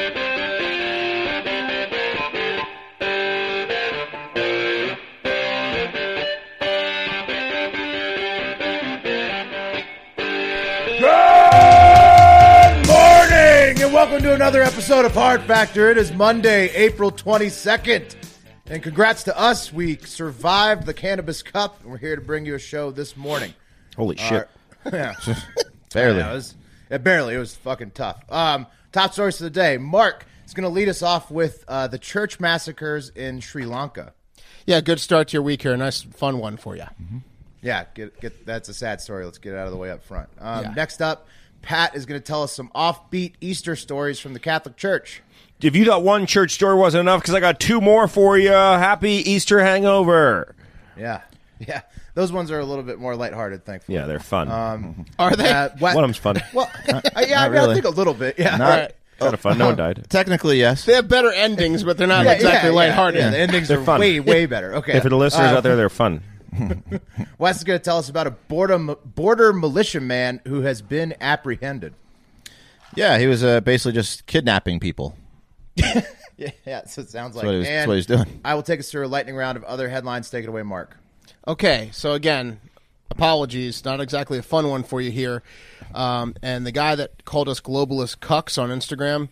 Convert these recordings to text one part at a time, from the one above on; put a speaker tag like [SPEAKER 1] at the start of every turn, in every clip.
[SPEAKER 1] Good morning, and welcome to another episode of Hard Factor. It is Monday, April 22nd, and congrats to us. We survived the Cannabis Cup, and we're here to bring you a show this morning. Uh,
[SPEAKER 2] Holy shit.
[SPEAKER 1] Yeah,
[SPEAKER 2] Barely.
[SPEAKER 1] Yeah, it was, yeah, barely. It was fucking tough. Um, top source of the day Mark is going to lead us off with uh, the church massacres in Sri Lanka.
[SPEAKER 3] Yeah, good start to your week here. Nice, fun one for you.
[SPEAKER 1] Yeah, get, get that's a sad story. Let's get it out of the way up front. Um,
[SPEAKER 3] Yeah.
[SPEAKER 1] Next up, Pat is going to tell us some offbeat Easter stories from the Catholic Church.
[SPEAKER 2] If you thought one church story wasn't enough, because I got two more for you. Happy Easter hangover.
[SPEAKER 1] Yeah, yeah. Those ones are a little bit more lighthearted, thankfully.
[SPEAKER 2] Yeah, they're fun.
[SPEAKER 3] Um, Are they?
[SPEAKER 1] Uh, what,
[SPEAKER 2] one of them's fun.
[SPEAKER 1] Well, I- yeah, I, mean, I
[SPEAKER 2] really.
[SPEAKER 1] think a little bit. Yeah,
[SPEAKER 2] Not kind of fun. No one died.
[SPEAKER 4] Technically, yes.
[SPEAKER 3] they have better endings, but they're not
[SPEAKER 1] Yeah,
[SPEAKER 3] exactly
[SPEAKER 1] yeah, yeah,
[SPEAKER 3] lighthearted.
[SPEAKER 1] yeah, the endings
[SPEAKER 2] They're
[SPEAKER 1] are
[SPEAKER 2] fun.
[SPEAKER 1] way, way better. Okay.
[SPEAKER 2] If for the listeners
[SPEAKER 1] Uh,
[SPEAKER 2] out there, they're fun.
[SPEAKER 1] Wes is going to tell us about a border border militiaman who has been apprehended.
[SPEAKER 4] Yeah, he was uh, basically just kidnapping people.
[SPEAKER 1] Yeah, yeah. So it sounds like
[SPEAKER 4] what he was- that's
[SPEAKER 1] and
[SPEAKER 4] what he's doing.
[SPEAKER 1] I will take us through a lightning round of other headlines. Take it away, Mark.
[SPEAKER 3] Okay, so again, apologies. Not exactly a fun one for you here. Um, and the guy that called us globalist cucks on Instagram,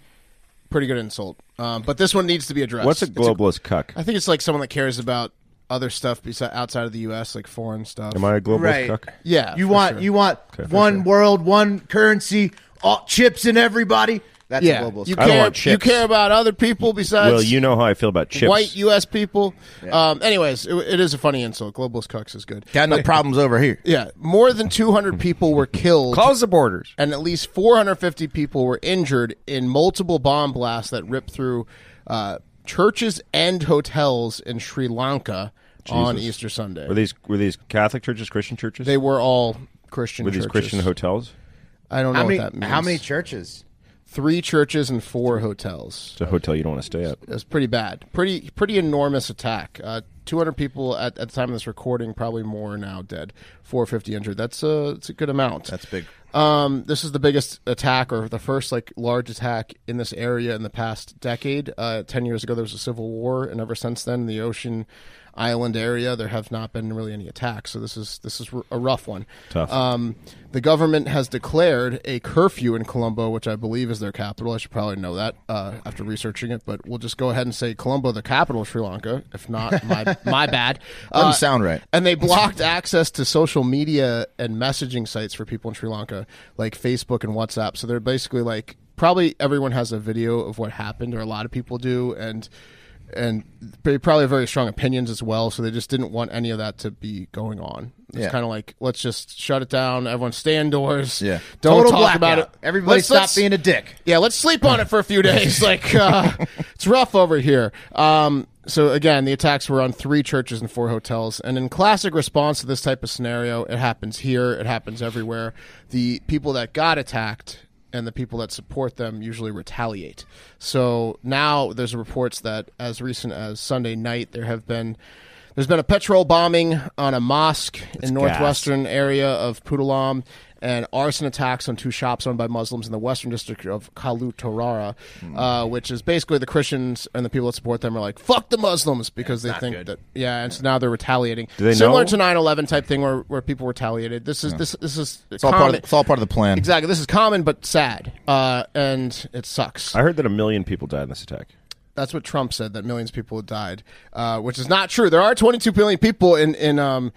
[SPEAKER 3] pretty good insult. Um, but this one needs to be addressed.
[SPEAKER 2] What's a
[SPEAKER 3] It's
[SPEAKER 2] globalist cuck?
[SPEAKER 3] I think it's like someone that cares about other stuff besides outside of the U.S., like foreign stuff.
[SPEAKER 2] Am I a globalist cuck?
[SPEAKER 3] Yeah,
[SPEAKER 1] You
[SPEAKER 3] for
[SPEAKER 1] want
[SPEAKER 3] sure.
[SPEAKER 1] you want
[SPEAKER 2] for
[SPEAKER 1] one
[SPEAKER 2] sure.
[SPEAKER 1] world, one currency, all chips and everybody. That's
[SPEAKER 3] yeah,
[SPEAKER 1] a globalist.
[SPEAKER 3] you
[SPEAKER 2] I don't
[SPEAKER 3] care.
[SPEAKER 2] want
[SPEAKER 3] You
[SPEAKER 2] chips.
[SPEAKER 3] care about other people besides
[SPEAKER 2] Well, you know how I feel about chips.
[SPEAKER 3] white U.S. people. Um, anyways, it, it is a funny insult. Globalist cucks is good.
[SPEAKER 4] Got no problems over here.
[SPEAKER 3] Yeah, more than 200 people were killed,
[SPEAKER 2] Close the borders.
[SPEAKER 3] and at least 450 people were injured in multiple bomb blasts that ripped through uh, churches and hotels in Sri Lanka on
[SPEAKER 2] Jesus.
[SPEAKER 3] Easter Sunday.
[SPEAKER 2] Were these were these Catholic churches, Christian churches?
[SPEAKER 3] they were all Christian.
[SPEAKER 2] were these
[SPEAKER 3] churches.
[SPEAKER 2] Christian hotels?
[SPEAKER 3] I don't know
[SPEAKER 1] how many
[SPEAKER 3] what that means.
[SPEAKER 1] how many churches?
[SPEAKER 3] Three churches and four hotels.
[SPEAKER 2] It's a hotel you don't want to stay at.
[SPEAKER 3] It was pretty bad. Pretty pretty enormous attack. Uh, 200 people at, at the time of this recording, probably more now dead. 450 injured. That's a that's a good amount.
[SPEAKER 4] That's big.
[SPEAKER 3] Um, this is the biggest attack or the first like large attack in this area in the past decade. Uh, Ten years ago, there was a civil war, and ever since then, in the ocean island area, there have not been really any attacks. So this is this is r- a rough one.
[SPEAKER 2] Tough.
[SPEAKER 3] Um, the government has declared a curfew in Colombo, which I believe is their capital. I should probably know that uh, after researching it, but we'll just go ahead and say Colombo, the capital of Sri Lanka. If not, my my bad. Uh,
[SPEAKER 4] Doesn't sound right.
[SPEAKER 3] And they blocked access to social media and messaging sites for people in Sri Lanka, like Facebook and WhatsApp. So they're basically like probably everyone has a video of what happened, or a lot of people do, and and they probably have very strong opinions as well. So they just didn't want any of that to be going on. It's
[SPEAKER 4] Yeah.
[SPEAKER 3] kind of like let's just shut it down. Everyone stay indoors.
[SPEAKER 4] Yeah.
[SPEAKER 3] don't
[SPEAKER 1] Total
[SPEAKER 3] talk
[SPEAKER 1] blackout.
[SPEAKER 3] about it.
[SPEAKER 1] Everybody
[SPEAKER 3] Let's-
[SPEAKER 1] stop
[SPEAKER 3] let's-
[SPEAKER 1] being a dick.
[SPEAKER 3] yeah, let's sleep on it for a few days. Like uh, it's rough over here. Um, so again, the attacks were on three churches and four hotels. And in classic response to this type of scenario, it happens here. It happens everywhere. The people that got attacked and the people that support them usually retaliate. So now there's reports that as recent as Sunday night, there have been. There's been a petrol bombing on a mosque in northwestern area of Pudalam and arson attacks on two shops owned by Muslims in the western district of Kalu Torara, uh, which is basically the Christians and the people that support them are like, fuck the Muslims because they think that, yeah, and so now they're retaliating.
[SPEAKER 2] they
[SPEAKER 3] Similar
[SPEAKER 2] know?
[SPEAKER 3] to 9 11 type thing where, where people retaliated. This is, this, this is,
[SPEAKER 4] It's all, part of, it's all part of the plan.
[SPEAKER 3] exactly. This is common but sad. Uh, and it sucks.
[SPEAKER 2] I heard that a million people died in this attack.
[SPEAKER 3] That's what Trump said that millions of people had died, uh, which is not true. There are 22 million people in in um,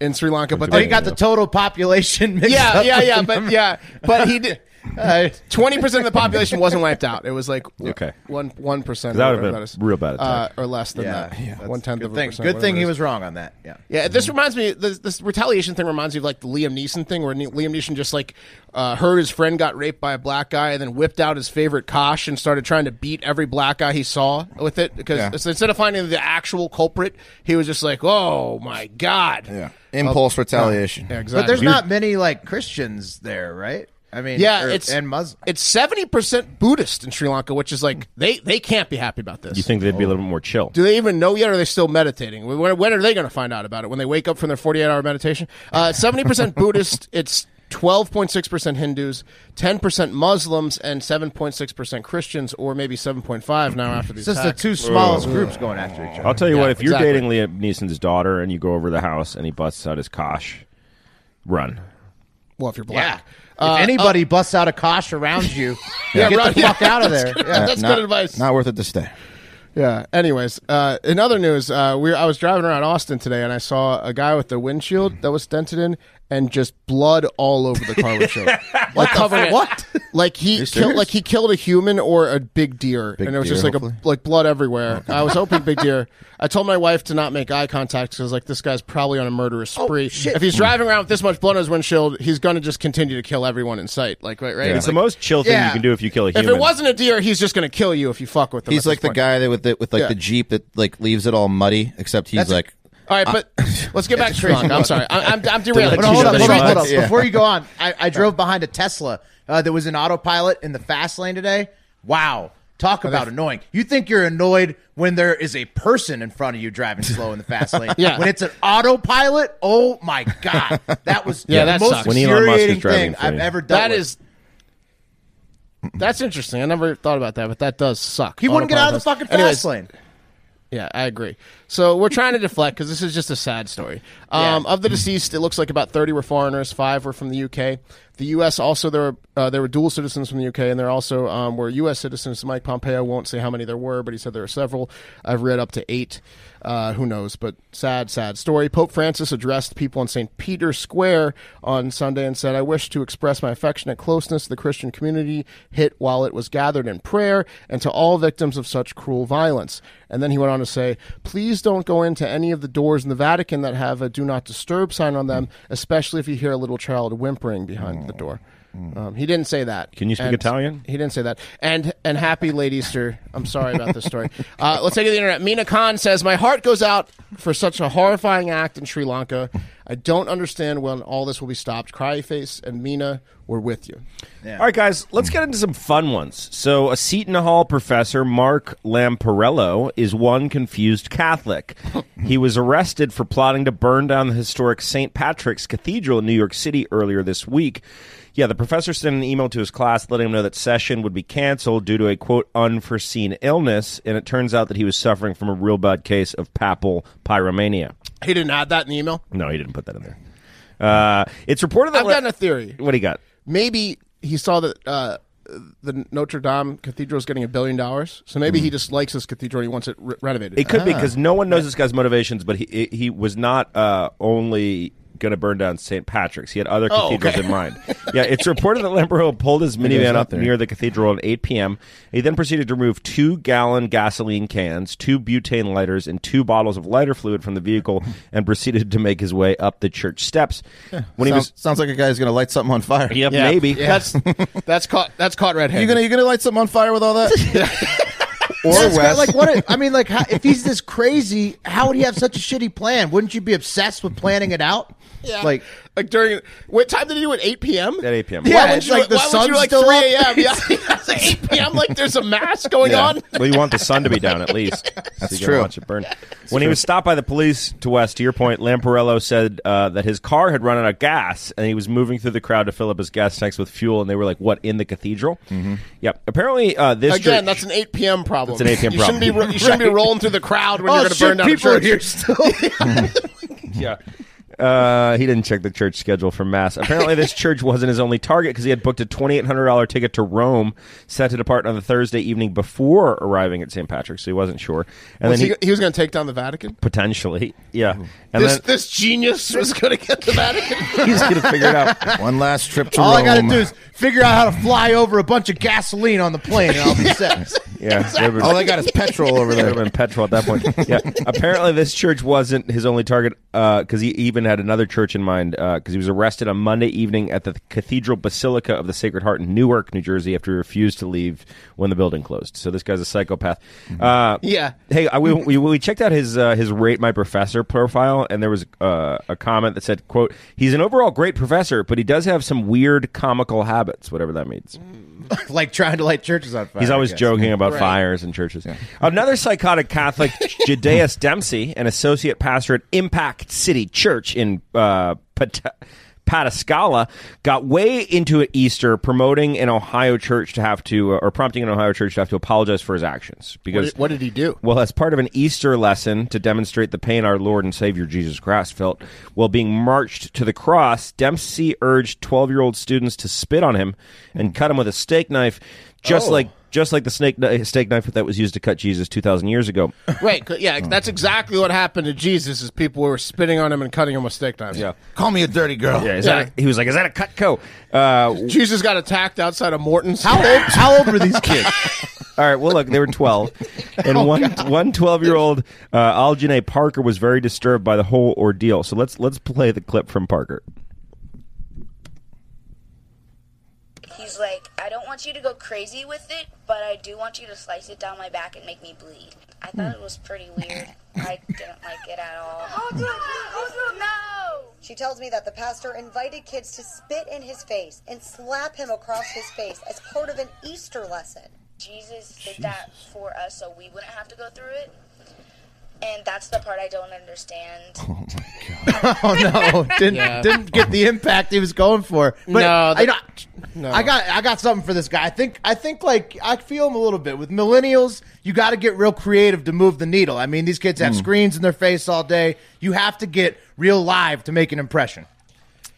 [SPEAKER 3] in Sri Lanka, but
[SPEAKER 2] Oh,
[SPEAKER 1] Oh,
[SPEAKER 3] they
[SPEAKER 1] you got the total population mixed
[SPEAKER 3] yeah,
[SPEAKER 1] up.
[SPEAKER 3] yeah, yeah, but yeah, but he did. uh, Twenty percent of the population wasn't wiped out. It was like
[SPEAKER 2] Okay.
[SPEAKER 3] one one percent.
[SPEAKER 2] That
[SPEAKER 3] or
[SPEAKER 2] would've been
[SPEAKER 3] whatever
[SPEAKER 2] a
[SPEAKER 3] that is.
[SPEAKER 2] real bad
[SPEAKER 3] uh,
[SPEAKER 2] attack.
[SPEAKER 3] or less than
[SPEAKER 4] Yeah.
[SPEAKER 3] that.
[SPEAKER 4] Yeah, that's
[SPEAKER 3] one tenth of
[SPEAKER 4] good
[SPEAKER 3] a
[SPEAKER 4] thing.
[SPEAKER 3] percent.
[SPEAKER 4] Good
[SPEAKER 3] whatever
[SPEAKER 4] thing
[SPEAKER 3] it
[SPEAKER 4] he
[SPEAKER 3] is.
[SPEAKER 4] was Mm-hmm. wrong on that. Yeah.
[SPEAKER 3] Yeah, this reminds me. This, this retaliation thing reminds me of like the Liam Neeson thing, where Ne- Liam Neeson just like uh, heard his friend got raped by a black guy, and then whipped out his favorite kosh and started trying to beat every black guy he saw with it. Because so instead of finding the actual culprit, he was just like, "Oh my god!"
[SPEAKER 5] Yeah. Impulse retaliation.
[SPEAKER 3] Yeah, exactly.
[SPEAKER 4] But there's not many like Christians there, right? I mean,
[SPEAKER 3] Yeah,
[SPEAKER 4] or-
[SPEAKER 3] it's
[SPEAKER 4] and Muslims.
[SPEAKER 3] It's seventy percent Buddhist in Sri Lanka, which is like they they can't be happy about this.
[SPEAKER 2] You think they'd be a little bit more chill?
[SPEAKER 3] Do they even know yet? Or are they still meditating? When, when are they going to find out about it? When they wake up from their 48 hour meditation? Uh, Seventy percent Buddhist. It's 12.6 percent Hindus, 10 percent Muslims, and 7.6 percent Christians, or maybe 7.5 now after these.
[SPEAKER 4] It's just the
[SPEAKER 3] attacks.
[SPEAKER 4] two smallest groups going after each other.
[SPEAKER 2] I'll tell you what. If you're
[SPEAKER 3] exactly.
[SPEAKER 2] dating Liam Neeson's daughter and you go over to the house and he busts out his kosh, run.
[SPEAKER 3] well, if you're black,
[SPEAKER 4] if anybody busts out a kosh around you, get
[SPEAKER 3] right,
[SPEAKER 4] the
[SPEAKER 3] yeah.
[SPEAKER 4] fuck out of there. uh, Yeah.
[SPEAKER 3] that's
[SPEAKER 5] not,
[SPEAKER 3] good advice.
[SPEAKER 5] Not worth it to stay.
[SPEAKER 3] Yeah. Anyways, uh, in other news, uh, we I was driving around Austin today and I saw a guy with the windshield that was dented in and just blood all over the car windshield. like covering it. what? Like he killed
[SPEAKER 5] serious?
[SPEAKER 3] like he killed a human or a big deer and it was
[SPEAKER 5] deer,
[SPEAKER 3] just like
[SPEAKER 5] hopefully.
[SPEAKER 3] a like blood everywhere. I was hoping big deer. I told my wife to not make eye contact cuz like this guy's probably on a murderous spree. If he's driving around with this much blood on his windshield, he's going to just continue to kill everyone in sight. Like right right.
[SPEAKER 2] It's the most chill thing you can do if you kill a
[SPEAKER 3] If
[SPEAKER 2] human.
[SPEAKER 3] it wasn't a deer, he's just going to kill you if you fuck with him.
[SPEAKER 5] He's
[SPEAKER 3] at
[SPEAKER 5] like
[SPEAKER 3] this
[SPEAKER 5] the
[SPEAKER 3] point.
[SPEAKER 5] guy that with the, with like
[SPEAKER 3] Yeah.
[SPEAKER 5] the Jeep that like leaves it all muddy, except he's like "Uh,
[SPEAKER 3] All right, but let's get back to Sri Lanka. I'm sorry. I, I'm, I'm derailing.
[SPEAKER 4] But hold
[SPEAKER 2] Jesus
[SPEAKER 4] up, hold up,
[SPEAKER 2] Christ.
[SPEAKER 4] hold up.
[SPEAKER 5] Yeah.
[SPEAKER 4] Before you go on, I, I drove behind a Tesla uh, that was in autopilot in the fast lane today. Wow. Talk about annoying. You think you're annoyed when there is a person in front of you driving slow in the fast lane.
[SPEAKER 3] Yeah.
[SPEAKER 4] When it's an autopilot, oh my God. That was
[SPEAKER 3] Yeah,
[SPEAKER 4] the
[SPEAKER 3] that
[SPEAKER 4] most
[SPEAKER 3] sucks. When
[SPEAKER 2] Elon Musk is
[SPEAKER 4] infuriating
[SPEAKER 2] driving
[SPEAKER 4] thing
[SPEAKER 2] for
[SPEAKER 4] I've
[SPEAKER 2] you.
[SPEAKER 4] ever done.
[SPEAKER 3] That is. That's interesting. I never thought about that, but that does suck.
[SPEAKER 4] He wouldn't get out of the fucking
[SPEAKER 3] Autopilot does.
[SPEAKER 4] fast
[SPEAKER 3] Anyways,
[SPEAKER 4] lane.
[SPEAKER 3] Yeah, I agree. So we're trying to deflect because this is just a sad story. Um, Of the deceased, it looks like about 30 were foreigners, five were from the UK. The U.S. also there were uh, there were dual citizens from the UK, and there also um, were U.S. citizens. Mike Pompeo won't say how many there were, but he said there were several. I've read up to eight. Uh, who knows? But sad, sad story. Pope Francis addressed people in St. Peter's Square on Sunday and said, "I wish to express my affectionate closeness to the Christian community hit while it was gathered in prayer, and to all victims of such cruel violence." And then he went on to say, Please don't go into any of the doors in the Vatican that have a do not disturb sign on them, especially if you hear a little child whimpering behind the door. Um, he didn't say that.
[SPEAKER 2] Mm. Can you speak
[SPEAKER 3] And-
[SPEAKER 2] Italian?
[SPEAKER 3] He didn't say that. And and happy late Easter. I'm sorry about this story. Uh, let's take it to the internet. Mina Khan says, My heart goes out for such a horrifying act in Sri Lanka. I don't understand when all this will be stopped. Cryface and Mina, we're with you.
[SPEAKER 2] All right, guys, let's get into some fun ones. So, a Seton Hall professor, Mark Lamparello, is one confused Catholic. he was arrested for plotting to burn down the historic St. Patrick's Cathedral in New York City earlier this week. Yeah, the professor sent an email to his class letting him know that session would be canceled due to a quote unforeseen illness, and it turns out that he was suffering from a real bad case of papal pyromania.
[SPEAKER 3] He didn't add that in the email.
[SPEAKER 2] No, he didn't put that in there. Uh, it's reported that
[SPEAKER 3] I've gotten a theory.
[SPEAKER 2] What do you got?
[SPEAKER 3] maybe he saw that uh, the Notre Dame Cathedral is getting a billion dollars, so maybe he just likes this cathedral and he wants it re- renovated.
[SPEAKER 2] Hmm. It could be because no one knows this guy's motivations, but he he was not uh, only going to burn down St. Patrick's. He had other
[SPEAKER 3] Oh,
[SPEAKER 2] cathedrals
[SPEAKER 3] okay.
[SPEAKER 2] in mind. Yeah, it's reported that Lambrero pulled his minivan up near the cathedral at 8 p.m. He then proceeded to remove two gallon gasoline cans, two butane lighters, and two bottles of lighter fluid from the vehicle and proceeded to make his way up the church steps. When he was.
[SPEAKER 5] sounds, sounds like a guy's gonna light something on fire.
[SPEAKER 2] Yep,
[SPEAKER 3] Yeah.
[SPEAKER 2] maybe.
[SPEAKER 3] that's that's caught that's caught
[SPEAKER 5] You
[SPEAKER 3] red-handed.
[SPEAKER 5] gonna you gonna light something on fire with all that? or
[SPEAKER 4] That's
[SPEAKER 5] Wes?
[SPEAKER 4] got- like what? It, I mean, like how, if he's this crazy, how would he have such a shitty plan? Wouldn't you be obsessed with planning it out?
[SPEAKER 3] Yeah.
[SPEAKER 4] Like
[SPEAKER 3] like during what time did he do it? Eight p.m.
[SPEAKER 2] At 8 p.m.
[SPEAKER 3] why
[SPEAKER 4] Yeah,
[SPEAKER 3] would
[SPEAKER 4] it's
[SPEAKER 3] you
[SPEAKER 4] like the
[SPEAKER 3] why would
[SPEAKER 4] sun's
[SPEAKER 3] you like
[SPEAKER 4] still
[SPEAKER 3] three
[SPEAKER 4] up.
[SPEAKER 3] a.m. Yeah, yeah, it's like eight p.m. Like there's a mass going
[SPEAKER 2] Yeah.
[SPEAKER 3] on.
[SPEAKER 2] well, you want the sun to be down at least. That's
[SPEAKER 5] true.
[SPEAKER 2] Watch it burn. when he was stopped by the police, to West, to your point, Lamparello said uh, that his car had run out of gas and he was moving through the crowd to fill up his gas tanks with fuel. And they were like, "What in the cathedral?"
[SPEAKER 3] Mm-hmm.
[SPEAKER 2] Yep. Apparently, uh, this
[SPEAKER 3] Again,
[SPEAKER 2] church-
[SPEAKER 3] that's an eight p.m. problem.
[SPEAKER 2] That's an 8 p.m.
[SPEAKER 3] You shouldn't be
[SPEAKER 2] problem.
[SPEAKER 3] ro- you shouldn't be rolling through the crowd when you're going to burn down a
[SPEAKER 4] people are
[SPEAKER 3] church.
[SPEAKER 4] here still.
[SPEAKER 2] yeah. Uh, he didn't check the church schedule for mass. Apparently, this church wasn't his only target because he had booked a twenty-eight hundred dollar ticket to Rome, set to depart on the Thursday evening before arriving at St. Patrick's. So he wasn't sure, and
[SPEAKER 3] Was
[SPEAKER 2] then
[SPEAKER 3] he,
[SPEAKER 2] he,
[SPEAKER 3] he was going to take down the Vatican.
[SPEAKER 2] potentially, yeah, and
[SPEAKER 3] This
[SPEAKER 2] then
[SPEAKER 3] this genius was going to get the Vatican.
[SPEAKER 2] he's going to figure it out.
[SPEAKER 5] One last trip to
[SPEAKER 4] All I gotta
[SPEAKER 5] Rome.
[SPEAKER 4] do is figure out how to fly over a bunch of gasoline on the plane, and I'll be set.
[SPEAKER 2] Yeah, there was-
[SPEAKER 5] All I got is petrol over
[SPEAKER 2] Could
[SPEAKER 5] there.
[SPEAKER 2] have been petrol at that point. Yeah. Apparently, this church wasn't his only target because he even had another church in mind because he was arrested on Monday evening at the Cathedral Basilica of the Sacred Heart in Newark, New Jersey, after he refused to leave when the building closed. So this guy's a psychopath.
[SPEAKER 5] Mm-hmm.
[SPEAKER 2] Uh,
[SPEAKER 3] Yeah.
[SPEAKER 2] Hey, I, we, we, we checked out his uh, his rate my professor profile, and there was uh, a comment that said, "quote He's an overall great professor, but he does have some weird comical habits, whatever that means."
[SPEAKER 4] like trying to light churches on fire.
[SPEAKER 2] He's
[SPEAKER 4] I
[SPEAKER 2] always
[SPEAKER 4] guess.
[SPEAKER 2] joking about fires and churches. Another psychotic Catholic, Judeus Dempsey, an associate pastor at Impact City Church in uh, Pat- Patascala, got way into it Easter promoting an Ohio church to have to, or prompting an Ohio church to have to apologize for his actions. Because
[SPEAKER 3] did- what did he do?
[SPEAKER 2] well, as part of an Easter lesson to demonstrate the pain our Lord and Savior Jesus Christ felt while being marched to the cross, Dempsey urged 12-year-old students to spit on him and cut him with a steak knife, just like just like the snake kni- steak knife that was used to cut Jesus 2,000 years ago.
[SPEAKER 3] right. c- Yeah. That's exactly what happened to Jesus. Is people were spitting on him and cutting him with steak knives.
[SPEAKER 2] Yeah.
[SPEAKER 5] Call me a dirty girl.
[SPEAKER 2] Yeah, is
[SPEAKER 3] Yeah.
[SPEAKER 2] That a- he was like, "Is that a Cutco?" Uh,
[SPEAKER 3] Jesus got attacked outside of Morton's.
[SPEAKER 4] How old? How old were these kids?
[SPEAKER 2] All right. Well, look, they were 12. And one one 12 year old uh, Aljanae Parker was very disturbed by the whole ordeal. So let's let's play the clip from Parker.
[SPEAKER 6] He's like, I don't want you to go crazy with it, but I do want you to slice it down my back and make me bleed. I thought it was pretty weird. I didn't like it at all. no!
[SPEAKER 7] She tells me that the pastor invited kids to spit in his face and slap him across his face as part of an Easter lesson.
[SPEAKER 6] Jesus did that for us so we wouldn't have to go through it. And that's the part I don't understand.
[SPEAKER 4] Oh no! Didn't didn't get the impact he was going for. But
[SPEAKER 3] No,
[SPEAKER 4] I,
[SPEAKER 3] the-
[SPEAKER 4] you know, I got I got something for this guy. I think I think like I feel him a little bit with millennials. You got to get real creative to move the needle. I mean, these kids
[SPEAKER 2] Hmm.
[SPEAKER 4] have screens in their face all day. You have to get real live to make an impression.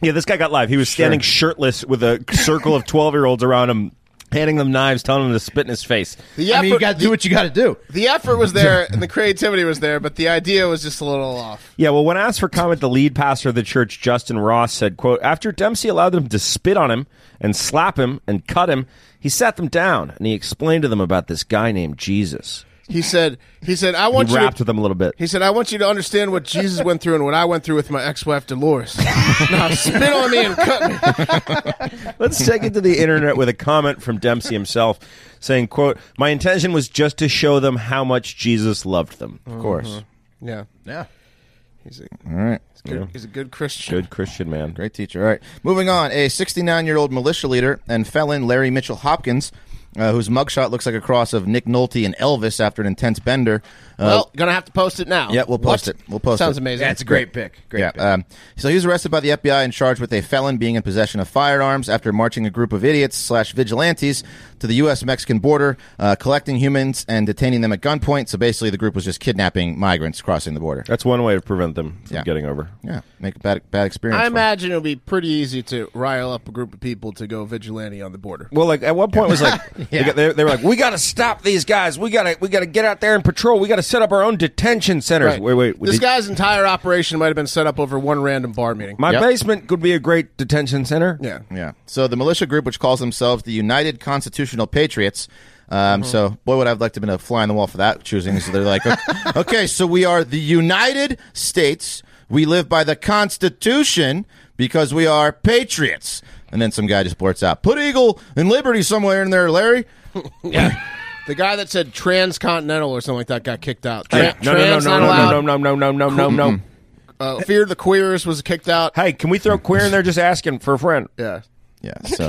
[SPEAKER 2] Yeah, this guy got live. He was standing shirtless with a circle of 12 year olds around him, handing them knives, telling them to spit in his face.
[SPEAKER 3] The
[SPEAKER 4] I mean, you
[SPEAKER 3] effort-
[SPEAKER 4] got to do what you got to do.
[SPEAKER 3] the effort was there and the creativity was there, but the idea was just a little off.
[SPEAKER 2] Yeah, well, when asked for comment, the lead pastor of the church, Justin Ross, said, quote, After Dempsey allowed them to spit on him and slap him and cut him, he sat them down and he explained to them about this guy named Jesus.
[SPEAKER 3] He said, "He said I want
[SPEAKER 2] He
[SPEAKER 3] you."
[SPEAKER 2] rapped
[SPEAKER 3] to,
[SPEAKER 2] with them a little bit.
[SPEAKER 3] He said, "I want you to understand what Jesus went through and what I went through with my ex-wife Dolores. now spit on me and cut me."
[SPEAKER 2] Let's take it to the internet with a comment from Dempsey himself saying, quote, My intention was just to show them how much Jesus loved them. Of
[SPEAKER 3] Mm-hmm.
[SPEAKER 2] course.
[SPEAKER 3] Yeah,
[SPEAKER 4] Yeah.
[SPEAKER 3] he's a,
[SPEAKER 5] All right.
[SPEAKER 3] good, he's a good Christian.
[SPEAKER 2] Good Christian man.
[SPEAKER 5] Great teacher. All right. Moving on. A 69 year old militia leader and felon Larry Mitchell Hopkins, uh, whose mugshot looks like a cross of Nick Nolte and Elvis after an intense bender. Uh,
[SPEAKER 3] Well, gonna have to post it now.
[SPEAKER 5] Yeah, we'll post it. We'll post
[SPEAKER 3] Sounds
[SPEAKER 5] it.
[SPEAKER 3] amazing.
[SPEAKER 4] That's a great pick. Great
[SPEAKER 5] yeah.
[SPEAKER 4] pick.
[SPEAKER 5] Um, so he was arrested by the FBI and charged with a felon being in possession of firearms after marching a group of idiots slash vigilantes to the U.S. Mexican border, uh, collecting humans and detaining them at gunpoint. So basically, the group was just kidnapping migrants crossing the border.
[SPEAKER 2] That's one way to prevent them from
[SPEAKER 5] Yeah.
[SPEAKER 2] getting over.
[SPEAKER 5] Yeah, make a bad bad experience.
[SPEAKER 3] I
[SPEAKER 5] for 'em.
[SPEAKER 3] imagine it'll be pretty easy to rile up a group of people to go vigilante on the border.
[SPEAKER 2] Well, like at one point it was like they, got- they, they were like, we got to stop these guys. We got to we got to get out there and patrol. We got to set up our own detention centers.
[SPEAKER 3] Right.
[SPEAKER 2] Wait, wait,
[SPEAKER 3] This
[SPEAKER 2] did-
[SPEAKER 3] guy's entire operation might have been set up over one random bar meeting.
[SPEAKER 2] My
[SPEAKER 5] Yep.
[SPEAKER 2] basement could be a great detention center.
[SPEAKER 3] yeah.
[SPEAKER 5] Yeah. So the militia group, which calls themselves the United Constitutional Patriots.
[SPEAKER 4] Mm-hmm.
[SPEAKER 5] Um, So, boy, would I've liked to have been a fly on the wall for that choosing. So they're like, okay, okay, so we are the United States. We live by the Constitution because we are patriots. And then some guy just blurts out, "Put eagle and liberty somewhere in there, Larry."
[SPEAKER 3] The guy that said transcontinental or something like that got kicked out. Tra-
[SPEAKER 2] Yeah. No, no, no,
[SPEAKER 3] trans
[SPEAKER 2] no,
[SPEAKER 3] not
[SPEAKER 2] no,
[SPEAKER 3] allowed. Mm-hmm.
[SPEAKER 2] no, no, no, no, no, no, no.
[SPEAKER 3] Uh, Fear the Queers was kicked out.
[SPEAKER 2] Hey, can we throw queer in there? Just asking for a friend.
[SPEAKER 3] Yeah.
[SPEAKER 4] Yeah. So.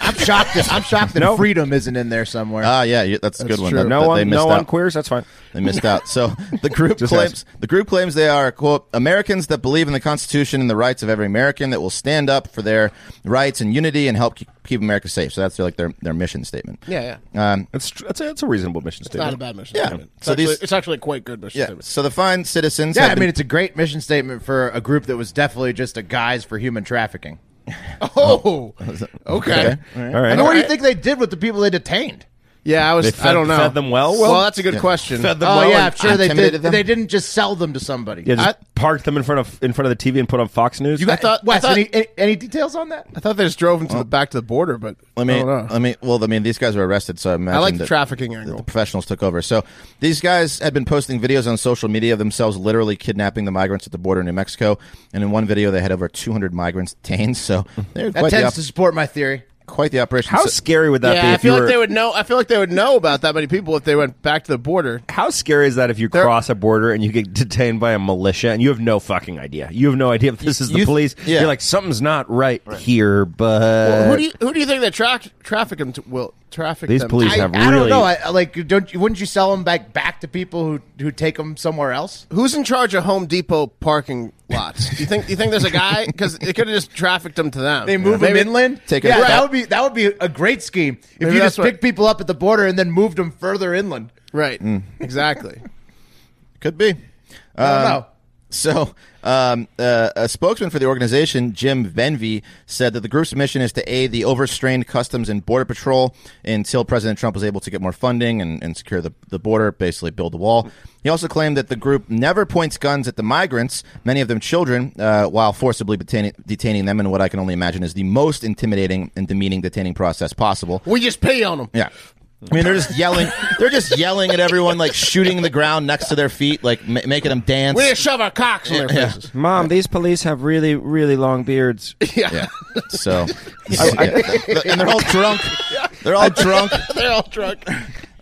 [SPEAKER 8] I'm shocked. That, I'm shocked that
[SPEAKER 2] No.
[SPEAKER 8] freedom isn't in there somewhere.
[SPEAKER 4] Ah, yeah, yeah, that's a good one.
[SPEAKER 3] true.
[SPEAKER 4] That-
[SPEAKER 2] No
[SPEAKER 4] that they
[SPEAKER 2] one,
[SPEAKER 4] missed
[SPEAKER 2] no one
[SPEAKER 4] out.
[SPEAKER 2] queers. That's fine.
[SPEAKER 4] They missed out. So the group
[SPEAKER 2] Just
[SPEAKER 4] claims
[SPEAKER 2] ask.
[SPEAKER 4] the group claims they are quote Americans that believe in the Constitution and the rights of every American that will stand up for their rights and unity and help keep, keep America safe. So that's like their their mission statement.
[SPEAKER 3] Yeah, yeah.
[SPEAKER 4] Um,
[SPEAKER 2] That's tr- that's a, that's a reasonable mission
[SPEAKER 3] It's not
[SPEAKER 2] statement.
[SPEAKER 3] a bad mission.
[SPEAKER 4] Yeah.
[SPEAKER 3] Statement. It's,
[SPEAKER 4] So
[SPEAKER 3] actually,
[SPEAKER 4] these-
[SPEAKER 3] it's actually quite good mission.
[SPEAKER 4] yeah.
[SPEAKER 3] Statement.
[SPEAKER 4] So the fine citizens.
[SPEAKER 8] yeah,
[SPEAKER 4] have
[SPEAKER 8] I
[SPEAKER 4] been-
[SPEAKER 8] mean, it's a great mission statement for a group that was definitely just a guise for human trafficking.
[SPEAKER 3] Oh, okay.
[SPEAKER 2] All right.
[SPEAKER 8] And what do you think they did with the people they detained?
[SPEAKER 3] Yeah, I was.
[SPEAKER 2] They fed-
[SPEAKER 3] I don't know.
[SPEAKER 2] fed them well, Will?
[SPEAKER 3] Well, that's a good question.
[SPEAKER 4] Fed them
[SPEAKER 8] Oh
[SPEAKER 4] well
[SPEAKER 8] yeah, I'm
[SPEAKER 4] and
[SPEAKER 8] sure they did.
[SPEAKER 4] intimidated them?
[SPEAKER 8] They didn't just sell them to somebody.
[SPEAKER 2] Yeah, just parked them in front of in front of the TV and put on Fox News.
[SPEAKER 3] I thought.
[SPEAKER 8] Wes,
[SPEAKER 3] I thought,
[SPEAKER 8] any, any, any details on that?
[SPEAKER 3] I thought they just drove into the back to the border, but
[SPEAKER 4] Let
[SPEAKER 8] oh,
[SPEAKER 4] me,
[SPEAKER 3] I don't know.
[SPEAKER 4] let me. Well, I mean, these guys were arrested, so I imagine
[SPEAKER 3] like the
[SPEAKER 4] that-
[SPEAKER 3] trafficking
[SPEAKER 4] that
[SPEAKER 3] angle.
[SPEAKER 4] The professionals took over. So these guys had been posting videos on social media of themselves literally kidnapping the migrants at the border in New Mexico, and in one video they had over 200 migrants detained. So they're
[SPEAKER 8] That
[SPEAKER 4] quite the,
[SPEAKER 8] tends
[SPEAKER 4] op-
[SPEAKER 8] to support my theory.
[SPEAKER 4] quite the operation.
[SPEAKER 2] how
[SPEAKER 4] So-
[SPEAKER 2] scary would that be?
[SPEAKER 3] yeah, I
[SPEAKER 2] if you
[SPEAKER 3] feel like
[SPEAKER 2] were-
[SPEAKER 3] they would know. I feel like they would know about that many people if they went back to the border.
[SPEAKER 2] How scary is that if you cross a border and you get detained by a militia and you have no fucking idea? You have no idea if this is the
[SPEAKER 4] You th-
[SPEAKER 2] police.
[SPEAKER 4] yeah.
[SPEAKER 2] You're like something's not right, here, but
[SPEAKER 3] who do you who do you think they tra- traffic them to? Will traffic
[SPEAKER 2] these
[SPEAKER 3] them to?
[SPEAKER 2] police
[SPEAKER 8] I,
[SPEAKER 2] have
[SPEAKER 8] I don't
[SPEAKER 2] really
[SPEAKER 8] know. I, I like, don't you- wouldn't you sell them back back to people who who take them somewhere else?
[SPEAKER 3] Who's in charge of Home Depot parking lots? you think you think there's a guy because it could have just trafficked them to them.
[SPEAKER 8] They move them
[SPEAKER 3] Maybe-
[SPEAKER 8] inland.
[SPEAKER 4] Take 'em
[SPEAKER 8] yeah,
[SPEAKER 4] back.
[SPEAKER 8] that would be that would be a great scheme if
[SPEAKER 3] Maybe
[SPEAKER 8] you
[SPEAKER 3] that's
[SPEAKER 8] just
[SPEAKER 3] what-
[SPEAKER 8] picked people up at the border and then moved them further inland.
[SPEAKER 3] right?
[SPEAKER 2] Mm.
[SPEAKER 3] Exactly.
[SPEAKER 4] Could be.
[SPEAKER 8] I don't
[SPEAKER 4] Um,
[SPEAKER 8] know.
[SPEAKER 4] So, um, uh, a spokesman for the organization, Jim Venvey, said that the group's mission is to aid the overstrained Customs and Border Patrol until President Trump was able to get more funding and, and secure the, the border, basically build the wall. He also claimed that the group never points guns at the migrants, many of them children, uh, while forcibly detaining, detaining them in what I can only imagine is the most intimidating and demeaning detaining process possible.
[SPEAKER 3] We just pee on them.
[SPEAKER 4] Yeah. I mean, they're just yelling. They're just yelling at everyone, like shooting the ground next to their feet, like ma- making them dance.
[SPEAKER 3] We just shove our cocks in their faces.
[SPEAKER 2] Mom, these police have really, really long beards.
[SPEAKER 4] Yeah. So, and they're all drunk. They're all drunk.
[SPEAKER 3] They're all drunk.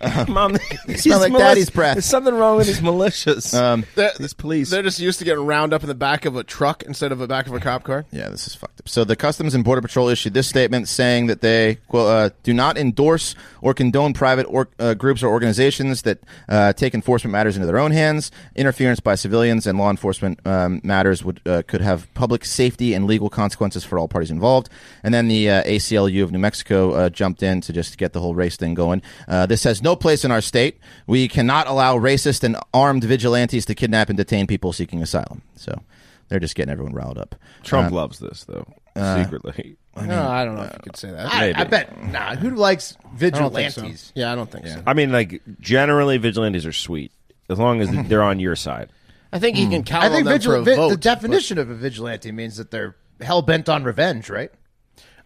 [SPEAKER 2] Mom, they
[SPEAKER 4] smell like daddy's breath.
[SPEAKER 2] There's something wrong with these militias.
[SPEAKER 4] Um,
[SPEAKER 3] They're,
[SPEAKER 2] these police.
[SPEAKER 3] They're just used to getting round up in the back of a truck instead of the back of a cop car.
[SPEAKER 4] Yeah, this is fucked up. So the Customs and Border Patrol issued this statement saying that they quote, uh, do not endorse or condone private or, uh, groups or organizations that uh, take enforcement matters into their own hands. Interference by civilians and law enforcement um, matters would uh, could have public safety and legal consequences for all parties involved. And then the uh, ACLU of New Mexico uh, jumped in to just get the whole race thing going. Uh, this has no place in our state. We cannot allow racist and armed vigilantes to kidnap and detain people seeking asylum. So. They're just getting everyone riled up.
[SPEAKER 2] Trump loves this though, Uh, secretly.
[SPEAKER 3] no, Oh, I don't know
[SPEAKER 8] uh,
[SPEAKER 3] if you could say that.
[SPEAKER 8] I,
[SPEAKER 2] Maybe.
[SPEAKER 8] I bet. Nah, who likes
[SPEAKER 3] I don't think so.
[SPEAKER 8] vigilantes?
[SPEAKER 3] Yeah, I don't think so.
[SPEAKER 2] I mean, like generally, vigilantes are sweet as long as they're on your side.
[SPEAKER 3] I think you can count
[SPEAKER 8] Hmm. I think
[SPEAKER 3] on them for a
[SPEAKER 8] vigil- vi-
[SPEAKER 3] vote.
[SPEAKER 8] the definition of a vigilante means that they're hell bent on revenge, right?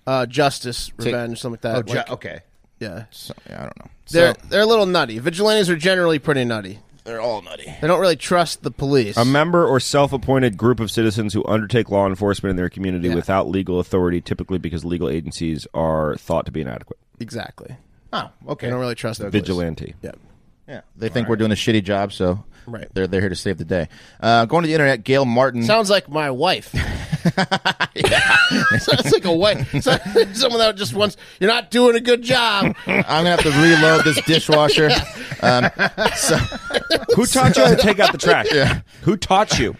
[SPEAKER 3] but, uh, justice, revenge, something like that.
[SPEAKER 8] Oh, ju-
[SPEAKER 3] Like,
[SPEAKER 8] okay.
[SPEAKER 3] yeah.
[SPEAKER 4] So, yeah, I don't know.
[SPEAKER 3] They're
[SPEAKER 4] So-
[SPEAKER 3] they're a little nutty. Vigilantes are generally pretty nutty.
[SPEAKER 4] They're all nutty.
[SPEAKER 3] They don't really trust the police.
[SPEAKER 2] A member or self-appointed group of citizens who undertake law enforcement in their community without legal authority, typically because legal agencies are thought to be inadequate.
[SPEAKER 3] exactly.
[SPEAKER 8] Oh, okay.
[SPEAKER 3] They don't really trust the police.
[SPEAKER 2] Vigilante.
[SPEAKER 3] Yeah.
[SPEAKER 4] Yeah, they think we're doing a shitty job, so
[SPEAKER 3] Right.
[SPEAKER 4] they're they're here to save the day. Uh, going to the internet, Gail Martin.
[SPEAKER 3] Sounds like my wife. Sounds like a wife. Sounds like Someone that just wants, you're not doing a good job.
[SPEAKER 4] I'm gonna have to reload this dishwasher. um, so,
[SPEAKER 2] Who taught you how to take out the trash? Who taught you?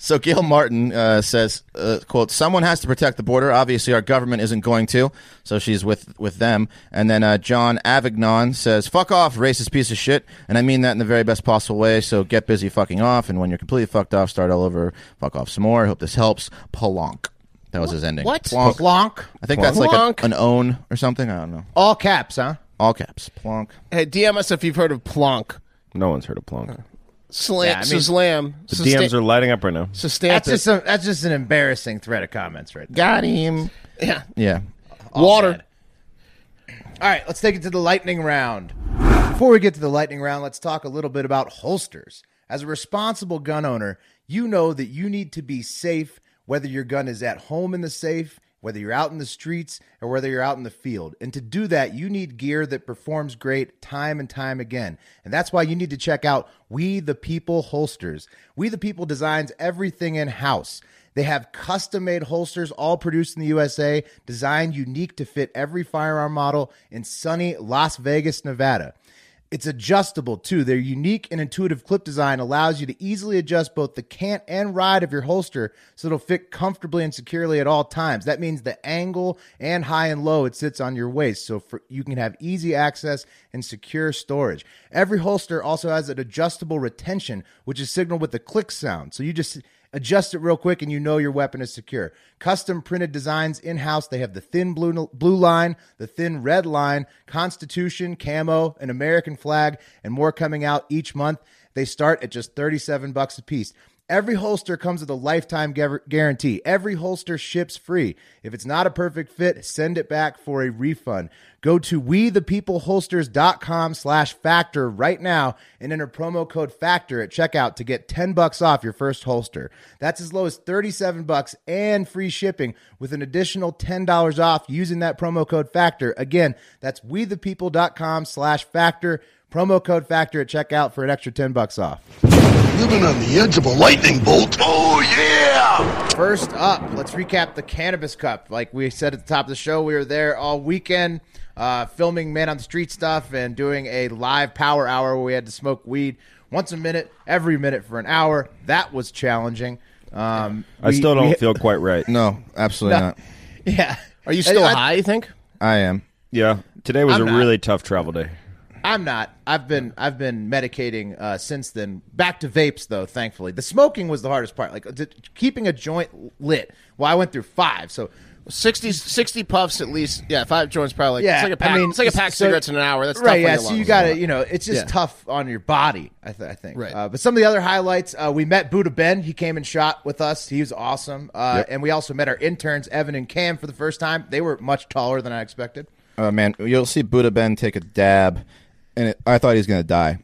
[SPEAKER 4] so Gail Martin uh, says, uh, "quote Someone has to protect the border. Obviously, our government isn't going to, so she's with with them." And then uh, John Avignon says, "Fuck off, racist piece of shit," and I mean that in the very best possible way. So get busy fucking off, and when you're completely fucked off, start all over. Fuck off some more. Hope this helps. Plonk. That was his ending.
[SPEAKER 3] What?
[SPEAKER 4] Plonk.
[SPEAKER 8] Plonk.
[SPEAKER 4] I think that's like
[SPEAKER 3] Plonk.
[SPEAKER 4] a, an own or something. I don't know.
[SPEAKER 8] All caps, huh?
[SPEAKER 4] All caps. Plonk.
[SPEAKER 3] hey, DM us if you've heard of Plonk.
[SPEAKER 2] No one's heard of Plonk.
[SPEAKER 3] Slam.
[SPEAKER 8] Yeah, I mean,
[SPEAKER 3] slam.
[SPEAKER 2] The DMs are lighting up right now.
[SPEAKER 3] Sustamp
[SPEAKER 8] That's
[SPEAKER 3] it.
[SPEAKER 8] just a, that's just an embarrassing thread of comments, right? There.
[SPEAKER 4] Got him.
[SPEAKER 3] yeah.
[SPEAKER 4] Yeah.
[SPEAKER 3] Water.
[SPEAKER 8] bad. All right, let's take it to the lightning round. Before we get to the lightning round, let's talk a little bit about holsters. As a responsible gun owner, you know that you need to be safe whether your gun is at home in the safe, whether you're out in the streets, or whether you're out in the field. And to do that, you need gear that performs great time and time again. And that's why you need to check out We the People holsters. We the People designs everything in house.
[SPEAKER 4] They have custom made holsters, all produced in the USA, designed unique to fit every firearm model in sunny Las Vegas, Nevada. It's adjustable too. Their unique and intuitive clip design allows you to easily adjust both the cant and ride of your holster so it'll fit comfortably and securely at all times. That means the angle and high and low it sits on your waist so for, you can have easy access and secure storage. Every holster also has an adjustable retention, which is signaled with a click sound. So you just adjust it real quick and you know your weapon is secure custom printed designs in-house they have the thin blue blue line the thin red line constitution camo an american flag and more coming out each month they start at just 37 bucks a piece every holster comes with a lifetime gar- guarantee every holster ships free if it's not a perfect fit send it back for a refund go to wethepeopleholsters.com slash factor right now and enter promo code factor at checkout to get 10 bucks off your first holster that's as low as 37 bucks and free shipping with an additional $10 off using that promo code factor again that's wethepeople.com slash factor promo code factor at checkout for an extra 10 bucks off
[SPEAKER 9] Living on the edge of a lightning bolt. Oh, yeah!
[SPEAKER 4] First up, let's recap the Cannabis Cup. Like we said at the top of the show, we were there all weekend uh, filming Man on the Street stuff and doing a live power hour where we had to smoke weed once a minute, every minute for an hour. That was challenging. Um,
[SPEAKER 2] I
[SPEAKER 4] we-
[SPEAKER 2] still
[SPEAKER 4] we
[SPEAKER 2] don't
[SPEAKER 4] hit-
[SPEAKER 2] feel quite right.
[SPEAKER 5] No, absolutely not.
[SPEAKER 4] Yeah.
[SPEAKER 3] Are you still
[SPEAKER 4] I-
[SPEAKER 3] high? You think?
[SPEAKER 5] I am.
[SPEAKER 2] Yeah, today was
[SPEAKER 4] I'm
[SPEAKER 2] a
[SPEAKER 4] not.
[SPEAKER 2] really tough travel day.
[SPEAKER 4] I'm not. I've been I've been medicating uh, since then. Back to vapes though, thankfully. The smoking was the hardest part. Like uh, d- keeping a joint lit. Well, I went through five, so
[SPEAKER 3] 60, 60 puffs at least. Yeah, five joints probably. Like,
[SPEAKER 4] Yeah,
[SPEAKER 3] it's like a pack.
[SPEAKER 4] I mean,
[SPEAKER 3] it's like a pack of
[SPEAKER 4] so-
[SPEAKER 3] cigarettes in an hour. That's
[SPEAKER 4] right.
[SPEAKER 3] Tough
[SPEAKER 4] Yeah,
[SPEAKER 3] on your
[SPEAKER 4] so you
[SPEAKER 3] lungs.
[SPEAKER 4] got to, you know, it's just
[SPEAKER 3] Yeah.
[SPEAKER 4] tough on your body. I, th- I think.
[SPEAKER 3] Right.
[SPEAKER 4] Uh, but some of the other highlights, uh, we met Buddha Ben. He came and shot with us. He was awesome. Uh, And we also met our interns Evan and Cam for the first time. They were much taller than I expected.
[SPEAKER 5] Oh man, you'll see Buddha Ben take a dab, and it, I thought he was gonna die.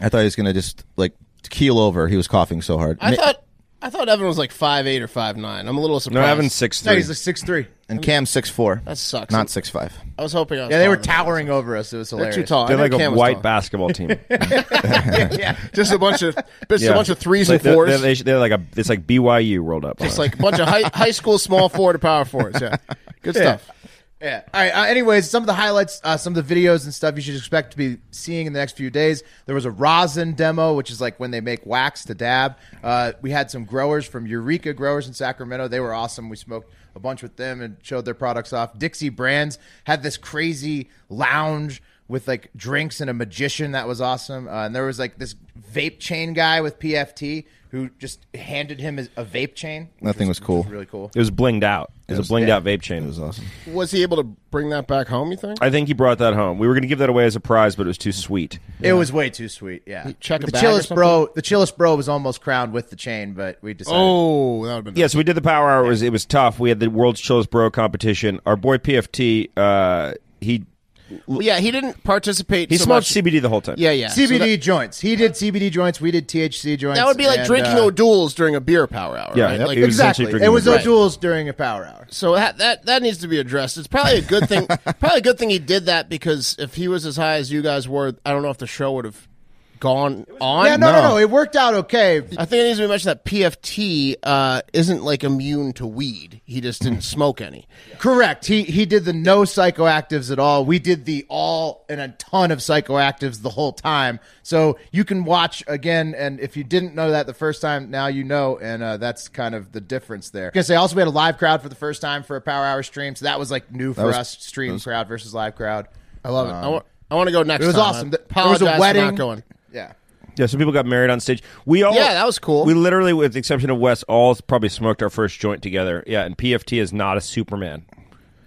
[SPEAKER 5] I thought he was gonna just like keel over. He was coughing so hard.
[SPEAKER 3] I
[SPEAKER 5] Ma-
[SPEAKER 3] thought I thought Evan was like five eight or five nine. I'm a little
[SPEAKER 2] No,
[SPEAKER 3] surprised.
[SPEAKER 2] I haven't six
[SPEAKER 4] No,
[SPEAKER 2] three.
[SPEAKER 4] he's a six three.
[SPEAKER 5] and Cam six four.
[SPEAKER 3] That sucks.
[SPEAKER 5] Not six five.
[SPEAKER 3] I was hoping. I was
[SPEAKER 4] Yeah, they were
[SPEAKER 3] taller than
[SPEAKER 4] towering over us. It was
[SPEAKER 3] that. They're
[SPEAKER 4] hilarious.
[SPEAKER 3] too tall.
[SPEAKER 2] They're
[SPEAKER 3] I knew
[SPEAKER 2] like a
[SPEAKER 3] Cam was
[SPEAKER 2] white
[SPEAKER 3] tall.
[SPEAKER 2] basketball team.
[SPEAKER 4] yeah.
[SPEAKER 3] Just a bunch of just
[SPEAKER 2] Yeah.
[SPEAKER 3] a bunch of threes
[SPEAKER 2] Like,
[SPEAKER 3] and
[SPEAKER 2] they're-
[SPEAKER 3] 4s
[SPEAKER 2] They're, they- they're like a, it's like BYU rolled up.
[SPEAKER 3] It's like a bunch of high, high school small four to power fours. Yeah, good stuff.
[SPEAKER 4] Yeah. All right. Uh, anyways, some of the highlights, uh, some of the videos and stuff you should expect to be seeing in the next few days. There was a rosin demo, which is like when they make wax to dab. Uh, we had some growers from Eureka Growers in Sacramento. They were awesome. We smoked a bunch with them and showed their products off. Dixie Brands had this crazy lounge with like drinks and a magician that was awesome. Uh, and there was like this vape chain guy with PFT who just handed him his, a vape chain. which
[SPEAKER 5] That thing was cool.
[SPEAKER 4] was Really cool.
[SPEAKER 2] it was blinged out. It was, a blinged out vape chain.
[SPEAKER 5] It was awesome.
[SPEAKER 3] Was he able to bring that back home? You think?
[SPEAKER 2] I think he brought that home. We were going to give that away as a prize, but it was too sweet.
[SPEAKER 4] It was way too sweet. Yeah,
[SPEAKER 3] check a
[SPEAKER 4] the
[SPEAKER 3] bag or
[SPEAKER 4] chillest bro. The chillest bro was almost crowned with the chain, but we decided.
[SPEAKER 3] Oh, that would have been.
[SPEAKER 2] Yeah, so we did the power hour. It was, it was tough. We had the world's chillest bro competition. Our boy PFT, uh, he
[SPEAKER 3] Well, yeah. He didn't participate.
[SPEAKER 2] he
[SPEAKER 3] so
[SPEAKER 2] smoked
[SPEAKER 3] much.
[SPEAKER 2] CBD the whole time.
[SPEAKER 3] Yeah, yeah. So
[SPEAKER 4] CBD
[SPEAKER 3] that,
[SPEAKER 4] joints. He did CBD joints. We did THC joints.
[SPEAKER 3] that would be like
[SPEAKER 4] and,
[SPEAKER 3] drinking
[SPEAKER 4] uh,
[SPEAKER 3] O'Doul's during a beer power hour.
[SPEAKER 2] Yeah,
[SPEAKER 3] right?
[SPEAKER 2] yep.
[SPEAKER 3] Like,
[SPEAKER 2] He was
[SPEAKER 4] Exactly.
[SPEAKER 2] essentially drinking
[SPEAKER 4] It was
[SPEAKER 2] the-
[SPEAKER 4] O'Doul's during a power hour.
[SPEAKER 3] So that, that that needs to be addressed. It's probably a good thing. probably a good thing he did that because if he was as high as you guys were, I don't know if the show would have gone on.
[SPEAKER 4] Yeah, no, no, no. It worked out okay.
[SPEAKER 3] I think it needs to be mentioned that PFT uh, isn't like immune to weed. He just didn't smoke any.
[SPEAKER 4] Correct. He he did the no psychoactives at all. We did the all and a ton of psychoactives the whole time. So you can watch again. And if you didn't know that the first time, now you know. And uh, that's kind of the difference there. Because they also we had a live crowd for the first time for a Power Hour stream. So that was like new for
[SPEAKER 5] was-
[SPEAKER 4] us: stream crowd versus live crowd.
[SPEAKER 3] I love it. I want, I want to go next.
[SPEAKER 4] It was
[SPEAKER 3] time.
[SPEAKER 4] awesome.
[SPEAKER 3] I
[SPEAKER 4] Th- There was
[SPEAKER 3] apologize
[SPEAKER 4] a
[SPEAKER 3] for
[SPEAKER 4] wedding.
[SPEAKER 3] Not going.
[SPEAKER 4] Yeah.
[SPEAKER 2] Yeah, some people got married on stage. We all
[SPEAKER 3] Yeah, that was cool.
[SPEAKER 2] We literally, with the exception of Wes, all probably smoked our first joint together. Yeah, and PFT is not a Superman.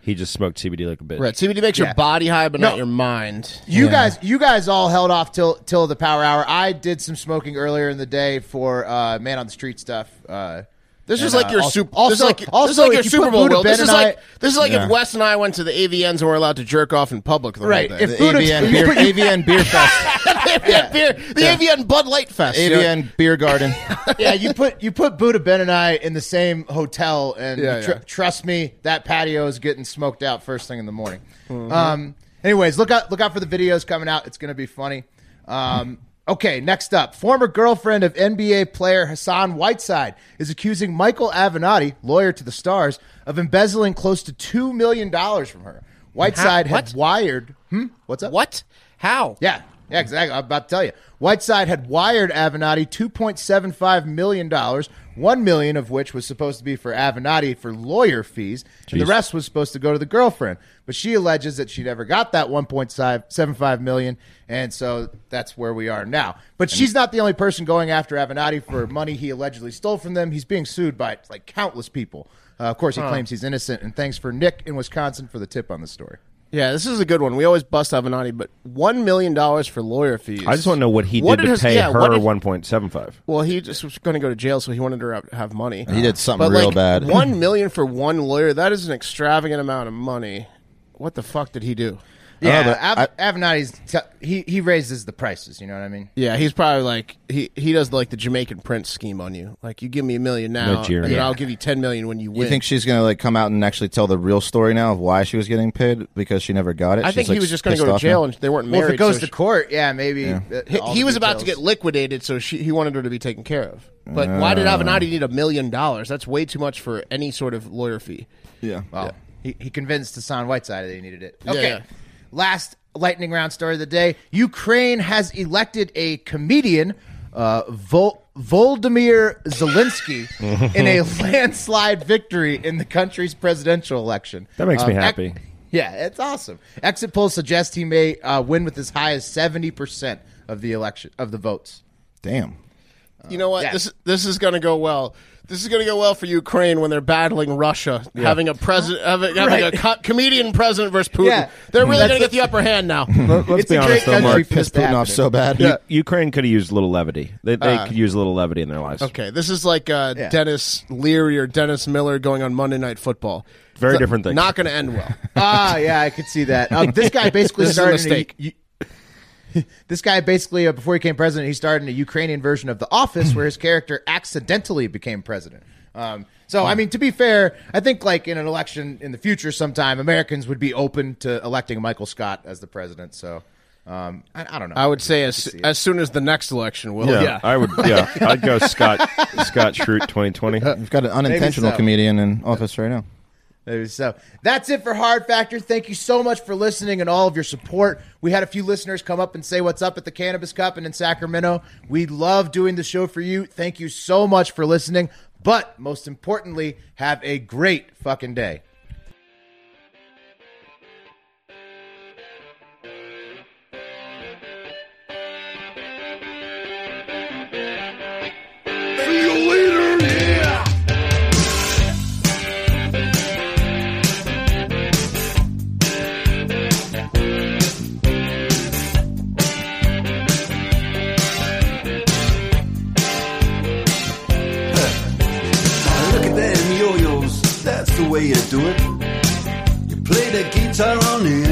[SPEAKER 2] He just smoked CBD like a bitch.
[SPEAKER 3] Right. CBD makes your body high, but
[SPEAKER 4] No.
[SPEAKER 3] not your mind.
[SPEAKER 4] You guys, you guys all held off till till the power hour. I did some smoking earlier in the day for uh, man on the street stuff. Uh,
[SPEAKER 3] This
[SPEAKER 4] and,
[SPEAKER 3] is like
[SPEAKER 4] uh,
[SPEAKER 3] your
[SPEAKER 4] also-
[SPEAKER 3] super.
[SPEAKER 4] Also,
[SPEAKER 3] this is like,
[SPEAKER 4] also,
[SPEAKER 3] this is like
[SPEAKER 4] if
[SPEAKER 3] your
[SPEAKER 4] you
[SPEAKER 3] Super
[SPEAKER 4] put
[SPEAKER 3] Bowl.
[SPEAKER 4] Buddha
[SPEAKER 3] Will. This
[SPEAKER 4] Ben
[SPEAKER 3] is
[SPEAKER 4] and
[SPEAKER 3] like
[SPEAKER 4] I-
[SPEAKER 3] this is like
[SPEAKER 5] Yeah.
[SPEAKER 3] if Wes and I went to the AVNs and we're allowed to jerk off in public. The
[SPEAKER 4] Right,
[SPEAKER 3] Whole day.
[SPEAKER 4] if
[SPEAKER 5] The
[SPEAKER 4] Buddha-
[SPEAKER 5] AVN beer, AVN beer fest,
[SPEAKER 3] AVN beer, the AVN Bud Light Fest.
[SPEAKER 5] AVN beer garden.
[SPEAKER 4] yeah, you put you put Buddha Ben and I in the same hotel, and
[SPEAKER 3] Yeah,
[SPEAKER 4] you tr-
[SPEAKER 3] yeah.
[SPEAKER 4] trust me, that patio is getting smoked out first thing in the morning. Um, anyways, look out look out for the videos coming out. It's gonna be funny. Um, Okay, next up. Former girlfriend of NBA player Hassan Whiteside is accusing Michael Avenatti, lawyer to the stars, of embezzling close to $2 million from her. Whiteside
[SPEAKER 3] Huh?
[SPEAKER 4] had
[SPEAKER 3] What?
[SPEAKER 4] wired. Hmm? What's up?
[SPEAKER 3] What? How?
[SPEAKER 4] Yeah, yeah, exactly. I'm about to tell you. Whiteside had wired Avenatti $2.75 million, $1 million of which was supposed to be for Avenatti for lawyer fees, and the
[SPEAKER 2] Jeez.
[SPEAKER 4] rest was supposed to go to the girlfriend. But she alleges that she never got that $1.75 million, and so that's where we are now. But she's not the only person going after Avenatti for money he allegedly stole from them. He's being sued by like countless people. Uh, of course, he claims he's innocent, and thanks for Nick in Wisconsin for the tip on the story.
[SPEAKER 3] Yeah, this is a good one. We always bust Avenatti, but one million dollars for lawyer fees.
[SPEAKER 2] I just want to know what he
[SPEAKER 3] What
[SPEAKER 2] did to
[SPEAKER 3] his-
[SPEAKER 2] pay
[SPEAKER 3] yeah, what
[SPEAKER 2] her
[SPEAKER 3] did-
[SPEAKER 2] one point seven five.
[SPEAKER 3] Well, he just was going to go to jail, so he wanted her to have money.
[SPEAKER 5] He did something
[SPEAKER 3] But,
[SPEAKER 5] real
[SPEAKER 3] like,
[SPEAKER 5] bad.
[SPEAKER 3] One million for one lawyer. That is an extravagant amount of money. What the fuck did he do?
[SPEAKER 5] don't know,
[SPEAKER 4] Yeah,
[SPEAKER 5] but
[SPEAKER 4] Av- Avenatti's t- he he raises the prices. You know what I mean?
[SPEAKER 3] Yeah, he's probably like he he does like the Jamaican Prince scheme on you. Like you give me a million now,
[SPEAKER 2] Nigerian.
[SPEAKER 3] and then
[SPEAKER 2] Yeah.
[SPEAKER 3] I'll give you ten million when you win.
[SPEAKER 5] You think she's gonna like come out and actually tell the real story now of why she was getting paid because she never got it?
[SPEAKER 3] I
[SPEAKER 5] She's,
[SPEAKER 3] think
[SPEAKER 5] like,
[SPEAKER 3] he was just going to
[SPEAKER 5] pissed
[SPEAKER 3] go to
[SPEAKER 5] off
[SPEAKER 3] jail,
[SPEAKER 5] now?
[SPEAKER 3] and they weren't
[SPEAKER 4] Well,
[SPEAKER 3] married.
[SPEAKER 4] if it goes
[SPEAKER 3] so
[SPEAKER 4] to
[SPEAKER 3] she-
[SPEAKER 4] court, yeah, maybe. uh,
[SPEAKER 3] he,
[SPEAKER 4] all
[SPEAKER 3] he
[SPEAKER 4] the
[SPEAKER 3] was about to get
[SPEAKER 4] details.
[SPEAKER 3] liquidated, so she, he wanted her to be taken care of. But why
[SPEAKER 5] Uh.
[SPEAKER 3] did Avenatti need a million dollars? That's way too much for any sort of lawyer fee.
[SPEAKER 5] Yeah.
[SPEAKER 4] Well, Oh. he, he convinced Hassan Whiteside that he needed it. Okay.
[SPEAKER 3] yeah.
[SPEAKER 4] Last lightning round story of the day Ukraine has elected a comedian, uh, Vol- Volodymyr Zelensky, in a landslide victory in the country's presidential election.
[SPEAKER 2] That makes me
[SPEAKER 4] ec-
[SPEAKER 2] happy.
[SPEAKER 4] yeah, it's awesome. Exit polls suggest he may uh, win with as high as 70% of the election of the votes.
[SPEAKER 5] Damn.
[SPEAKER 3] You know what?
[SPEAKER 4] yeah.
[SPEAKER 3] This this is going to go well. This is going to go well for Ukraine when they're battling Russia, having a president, having, having a co- comedian president versus Putin.
[SPEAKER 4] Yeah.
[SPEAKER 3] They're really
[SPEAKER 4] That's
[SPEAKER 3] going to
[SPEAKER 4] a-
[SPEAKER 3] get the upper hand now.
[SPEAKER 2] Let's
[SPEAKER 4] It's
[SPEAKER 2] be
[SPEAKER 4] a great
[SPEAKER 2] honest, though,
[SPEAKER 4] country
[SPEAKER 2] Mark.
[SPEAKER 4] for
[SPEAKER 5] Pissed Putin off
[SPEAKER 4] happening.
[SPEAKER 5] so bad.
[SPEAKER 2] U- Ukraine could have used a little levity. They, they
[SPEAKER 3] Uh.
[SPEAKER 2] could use a little levity in their lives.
[SPEAKER 3] okay, this is like uh, Dennis Leary or Dennis Miller going on Monday Night Football.
[SPEAKER 2] Very
[SPEAKER 3] It's
[SPEAKER 2] different thing.
[SPEAKER 3] Not going to end well.
[SPEAKER 4] ah, yeah, I could see that. Um, this guy basically
[SPEAKER 3] This is a
[SPEAKER 4] started
[SPEAKER 3] mistake.
[SPEAKER 4] u- u- this guy basically, uh, before he became president, he starred in a Ukrainian version of The Office, where his character accidentally became president. Um, so, I mean, to be fair, I think like in an election in the future, sometime Americans would be open to electing Michael Scott as the president. So, um, I, I don't know.
[SPEAKER 3] I would say as as soon as the next election will.
[SPEAKER 2] Yeah, I would. Yeah, I'd go Scott Scott Schrute twenty twenty.
[SPEAKER 5] We've got an unintentional
[SPEAKER 4] so.
[SPEAKER 5] comedian in office right now.
[SPEAKER 4] Maybe So that's it for Hard Factor. Thank you so much for listening and all of your support. We had a few listeners come up and say what's up at the Cannabis Cup and in Sacramento. We love doing the show for you. Thank you so much for listening. But most importantly, have a great fucking day.
[SPEAKER 9] See you later, yeah!
[SPEAKER 10] Look at them yo-yos, that's the way you do it. You play the guitar on the